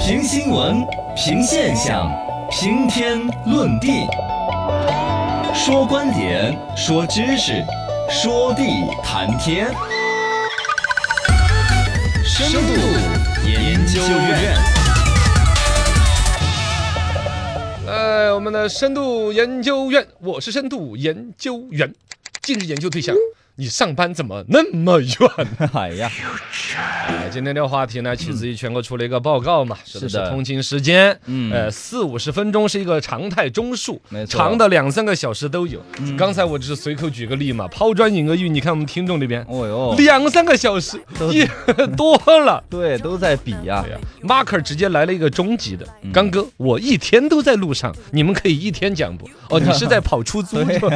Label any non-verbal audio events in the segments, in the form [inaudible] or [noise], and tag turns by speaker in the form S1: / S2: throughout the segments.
S1: 评新闻，评现象，评天论地，说观点，说知识，说地谈天。深度研究院，
S2: 呃，我们的深度研究院，我是深度研究员。近日研究对象，你上班怎么那么远？
S1: 哎呀，
S2: [laughs] 哎，今天这个话题呢，取自于全国出了一个报告嘛，说
S1: 是的
S2: 是通勤时间，
S1: 嗯
S2: 呃，四五十分钟是一个常态中数
S1: 没，错
S2: 长的两三个小时都有。刚才我只是随口举个例嘛，抛砖引个玉，你看我们听众这边，
S1: 哦哟，
S2: 两三个小时
S1: 都
S2: [laughs] 也多了。
S1: 对，都在比哎呀、
S2: 对呀，Marker 直接来了一个终极的，
S1: 嗯
S2: 刚哥，我一天都在路上，你们可以一天讲不？
S1: [laughs]
S2: 哦，你是在跑出租，是吧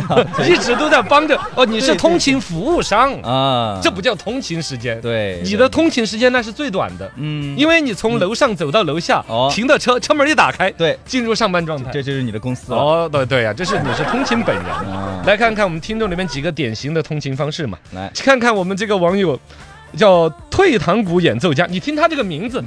S2: 一直都在帮着。哦，你是通勤服务商，
S1: 啊，
S2: 这不叫通勤时间。，
S1: 对
S2: 你的通勤时间那是最短的，
S1: 嗯，
S2: 因为你从楼上走到楼下
S1: 哦，
S2: 停的车，车门一打开，
S1: 对，
S2: 进入上班状态
S1: 这。就是你的公司了。
S2: 哦，对对呀，这是你是通勤本人。
S1: 啊，
S2: 来看看我们听众里面几个典型的通勤方式嘛。
S1: 来，
S2: 看看我们这个网友叫退堂鼓演奏家，你听他这个名字，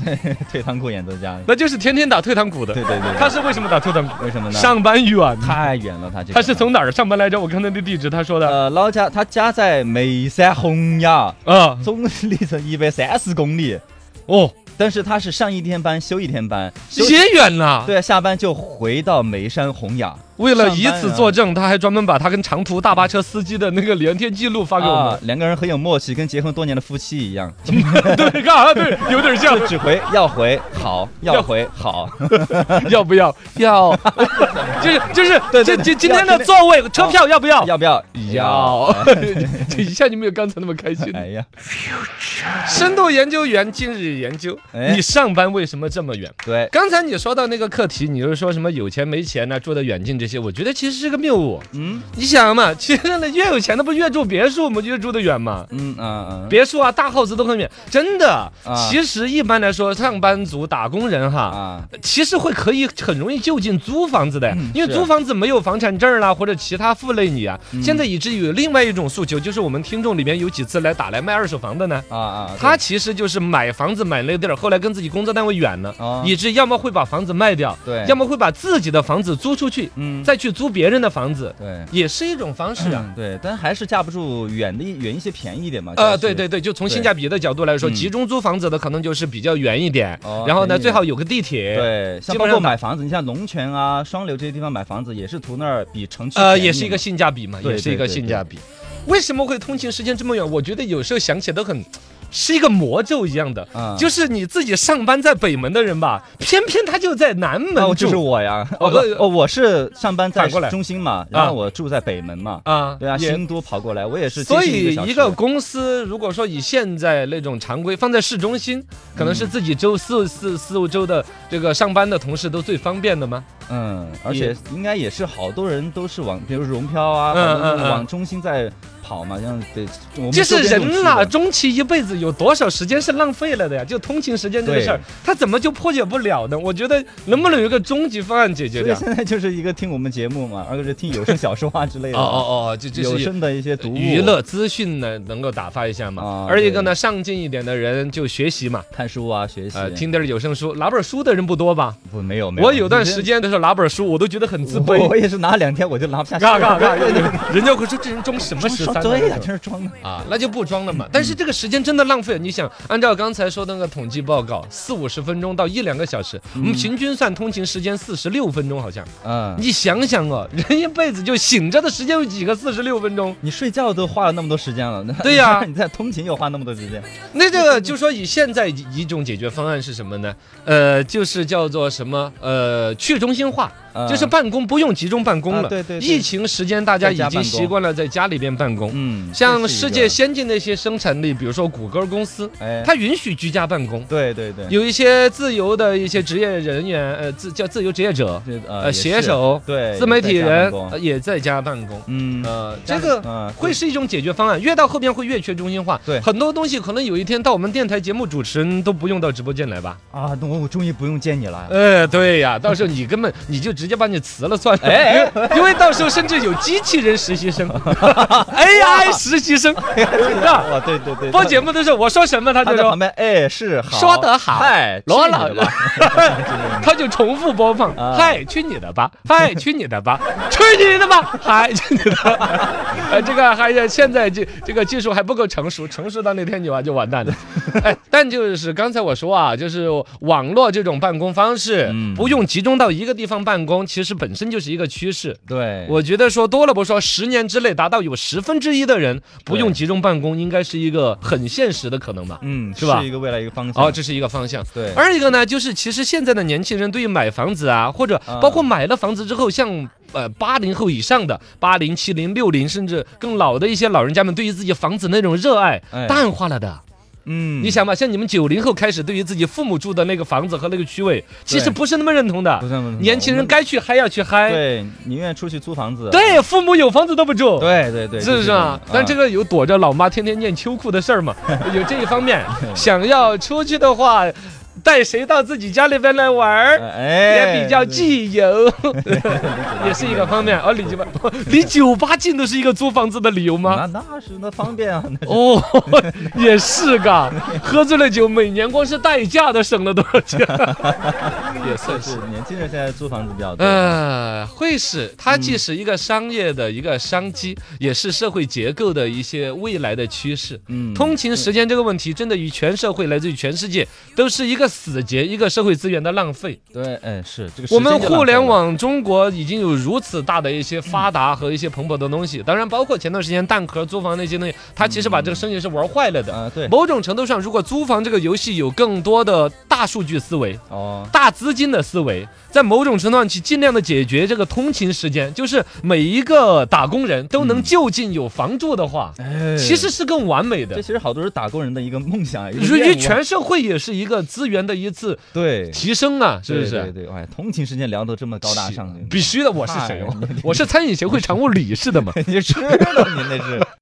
S1: 退堂鼓演奏家，
S2: 那就是天天打退堂鼓的。
S1: 对对对对
S2: 他是为什么打退堂鼓？
S1: 为什么呢？
S2: 上班远。
S1: 太远了，他这个
S2: 他是从哪儿上班来着？我看他的地址，他说的。
S1: 呃老家，他家在眉山洪崖，
S2: 啊，
S1: 总里程一百三十公里。
S2: 哦，
S1: 但是他是上一天班休一天班，休
S2: 也远呐。
S1: 对，下班就回到眉山洪崖。
S2: 为了以
S1: 上班
S2: 此
S1: 啊
S2: 作证，他还专门把他跟长途大巴车司机的那个聊天记录发给我
S1: 啊
S2: 们。，
S1: 两个人很有默契，跟结婚多年的夫妻一样，
S2: [laughs] 对，干啥？对，有点
S1: [laughs]
S2: 像
S1: 就。只回要回好，要
S2: 要
S1: 回好。
S2: 要不要？
S1: [laughs]
S2: 要。就是就是，
S1: 对对
S2: 这
S1: 对
S2: 今今
S1: 要
S2: 天
S1: 今
S2: 的
S1: 天哦
S2: 座位车票要不
S1: [laughs]
S2: 要？
S1: 要不要？。 [laughs]
S2: 这一下就没有刚才那么开心。
S1: 哎呀，
S2: 深度研究员近日研究，
S1: 哎
S2: 你上班为什么这么远？
S1: 对，
S2: 刚才你说到那个课题，你就是说什么有钱没钱呐、住得远近这些，我觉得其实是个谬误。
S1: 嗯
S2: 你想嘛， [laughs] 其实呢，越有钱的不越住别墅吗？就越住得远嘛。
S1: 嗯嗯嗯，
S2: 别墅啊，大 house 都很远，真的
S1: 啊。
S2: 其实一般来说，上班族、打工人哈，
S1: 啊，
S2: 其实会可以很容易就近租房子的
S1: 嗯，
S2: 因为
S1: 是
S2: 租房子没有房产证啦或者其他负累你啊。
S1: 嗯
S2: 现在以至于有另外一种诉求，就是我们听众里面有几次来打来卖二手房的呢。
S1: 啊啊，
S2: 他其实就是买房子买那个地儿，后来跟自己工作单位远了，
S1: 啊
S2: 以致要么会把房子卖掉，
S1: 对
S2: 要么会把自己的房子租出去，
S1: 嗯，
S2: 再去租别人的房子，
S1: 对
S2: 也是一种方式啊。
S1: 嗯对，但还是架不住远的一远一些便宜一点嘛。
S2: 呃，
S1: 主要
S2: 对
S1: 是
S2: 对，对，就从性价比的角度来说，
S1: 嗯
S2: 集中租房子的可能就是比较远一点
S1: 哦，
S2: 然后
S1: 便
S2: 呢，
S1: 宜
S2: 最好有个地铁。
S1: 对，像
S2: 基
S1: 包
S2: 本
S1: 括
S2: 上
S1: 买房子，你像龙泉啊、双流这些地方买房子，也是图那儿比城区
S2: 呃，
S1: 便宜
S2: 也是一个
S1: 嘛
S2: 性价比嘛，
S1: 对
S2: 也是一个
S1: 对对
S2: 性价比。为什么会通勤时间这么远？我觉得有时候想起来都很，是一个魔咒一样的。
S1: 啊，
S2: 就是你自己上班在北门的人吧，偏偏他就在南门
S1: 哦，
S2: 住
S1: 就是我呀，
S2: 哦
S1: 哦不
S2: 不
S1: 哦，我是上班在
S2: 反过来
S1: 中心嘛，
S2: 啊
S1: 然后我住在北门嘛，
S2: 啊，
S1: 对啊，
S2: 也
S1: 新都跑过来，我也是接
S2: 所
S1: 近
S2: 以
S1: 小时
S2: 一个公司如果说以现在那种常规放在市中心，可能是
S1: 嗯
S2: 自己周四四四五周的这个上班的同事都最方便的吗？
S1: 嗯，而
S2: 也
S1: 且应该也是好多人都是往，比如融漂啊，
S2: 嗯
S1: 好多都
S2: 嗯
S1: 是
S2: 嗯
S1: 往中心在跑嘛，像对，我们
S2: 这
S1: 周
S2: 是
S1: 边
S2: 人
S1: 这
S2: 呐，
S1: 种
S2: 终其一辈子有多少时间是浪费了的呀？就通勤时间这个事儿
S1: 对，
S2: 他怎么就破解不了呢？我觉得能不能有一个终极方案解决
S1: 区的，所
S2: 掉
S1: 以？现在就是一个听我们节目嘛，二个是听有声小说啊之类的，
S2: 哦哦哦，这这
S1: 有
S2: 是。
S1: 声的一些读物
S2: 娱、乐资讯呢，能够打发一下嘛
S1: 啊？
S2: 而一个呢，
S1: 对
S2: 上进一点的人就学习嘛，
S1: 看书啊、学习。
S2: 呃，听点儿有声书，拿本儿书的人不多吧？
S1: 不没有没有，哦
S2: 我有段时间的时候拿本儿书，我都觉得很自卑
S1: 我。我也是拿两天我就拿不下去了，
S2: 嘎嘎嘎！
S1: [laughs]
S2: 人家会说这人装什么
S1: 装
S2: 十
S1: 装
S2: 三？
S1: 对呀，这是装的。
S2: 啊，那就不装了嘛。但是这个时间真的浪费了。你想，按照刚才说的那个统计报告，四五十分钟到一两个小时，我们平均算通勤时间四十六分钟，好像。
S1: 嗯，
S2: 你想想哦，人一辈子就醒着的时间有几个四十六分钟？
S1: 你睡觉都花了那么多时间了，那
S2: 对呀
S1: [laughs] 你在通勤又花那么多时间，
S2: 那这个就说以现在一种解决方案是什么呢？呃，就是叫做什么？呃，去中心化。
S1: 呃
S2: 就是办公不用集中办公了。
S1: 啊对对对
S2: 疫情时间大家
S1: 在
S2: 已
S1: 家
S2: 经
S1: 办公
S2: 习惯了在家里边办公。
S1: 嗯，
S2: 像
S1: 这是一
S2: 世
S1: 个
S2: 界先进的一些生产力，比如说谷歌公司，
S1: 哎，
S2: 它允许居家办公。
S1: 对对对，
S2: 有一些自由的一些职业人员，呃，自叫自由职业者，
S1: 这
S2: 呃，
S1: 呃
S2: 写，手
S1: 也是、对
S2: 自媒体人
S1: 也在家办公
S2: 呃也在家办公。
S1: 嗯
S2: 呃，
S1: 家
S2: 这个
S1: 嗯
S2: 会是一种解决方案，越到后边会越去中心化。
S1: 对
S2: 很多东西可能有一天到我们电台节目主持人都不用到直播间来吧？
S1: 啊，那我我终于不用见你了。
S2: 呃，对呀，到时候你根本你就直接把你辞了算了，
S1: 哎 [laughs]
S2: 因为因为到时候甚至有机器人实习生。哎 AI 实习生，是吧？
S1: 哦
S3: 哇，对对对，
S2: 呃 [laughs] 播节目的时候我说什么他
S3: 他
S2: 就
S3: 在
S2: 说
S3: 旁边，哎，是好，
S2: 说得好
S3: 嗨，
S2: 罗
S3: 是你的
S2: 老
S3: 吧 [laughs]
S1: [laughs]
S2: 他就重复播放
S3: 啊，
S2: 嗨，去你的吧，嗨，去你的吧， [laughs] 去你的吧，嗨，去你的
S3: [laughs]
S2: 吧。呃，这个还是现在这这个技术还不够成熟，成熟到那天你完就
S3: [laughs]
S2: 完蛋了。哎，但就是刚才我说啊，就是网络这种办公方式
S3: 嗯，
S2: 不用集中到一个地方办公，其实本身就是一个趋势。
S3: 对，
S2: 我觉得说多了不说，十年之内达到有十分之一的人不用集中办公，应该是一个很现实的可能吧。
S3: 嗯，
S2: 是吧
S3: 一个未来一个方向。
S2: [laughs] 哦，这是一个方向。
S3: 对，
S2: 二一个呢，就是其实现在的年轻人对于买房子啊，或者包括买了房子之后，像呃八零后以上的八零、七零、六零，甚至更老的一些老人家们，对于自己房子那种热爱
S3: 哎
S2: 淡化了的。
S3: 嗯，
S2: 你想吧，像你们九零后开始，对于自己父母住的那个房子和那个区位，其实
S3: 对
S2: 不是那么认同
S3: 不
S2: 的。
S3: 算不算
S2: 年轻人该去嗨要去
S3: 我
S2: 嗨，
S3: 们对宁愿出去租房子。
S2: 哎对，父母有房子都不住。
S3: 对对对，
S2: 是不是啊？但这
S3: 个
S2: 个有躲着老妈天天念秋裤的事儿嘛，有这一方面。想要出去的话，带谁到自己家里边来玩儿？
S3: 哎
S2: 也比较自由，也是一个方面。哦，离酒吧不离酒吧近都是一个租房子的理由吗？
S1: [laughs]
S3: 那那是那方
S2: [laughs]
S3: 便啊，那是
S2: 哦，也是嘎，喝醉了酒，每年光是代驾都省了多少钱？也算是
S3: 是。年轻人现在租房子比较多。
S2: 呃，会是它既是一个商业的一个商机，也是社会结构的一些未来的趋势。
S3: 嗯，
S2: 通勤时间这个问题，真的与全社会来自于全世界都是一个死结，一个社会资源的浪费。
S3: 对，哎是这个时间就浪费了。
S2: 我们互联网中国已经有如此大的一些发达和一些蓬勃的东
S3: 嗯
S2: 西，当然包括前段时间蛋壳租房那些东西，它其实把这个生意是玩坏了的。
S3: 啊，对
S2: 某种程度上，如果租房这个游戏有更多的大数据思维、
S3: 哦，
S2: 大资金的思维，在某种程度上去尽量的解决这个通勤时间，就是每一个打工人都
S3: 嗯
S2: 能就近有房住的话，
S3: 哎
S2: 其实是更完美
S3: 这
S2: 的。
S3: 其实好多是打工人的一个梦想，一个
S2: 于
S3: 愿
S2: 于
S3: 望
S2: 全社会也是一个资源的一次
S3: 啊对，
S2: 提升啊，是不是？
S3: 对对对，哎，通勤时间聊得这么高大上，哎
S2: 必须的，我是谁啊
S3: 嗨
S2: 哦？我是餐饮协会常务理事的嘛。
S3: 你知道你那是。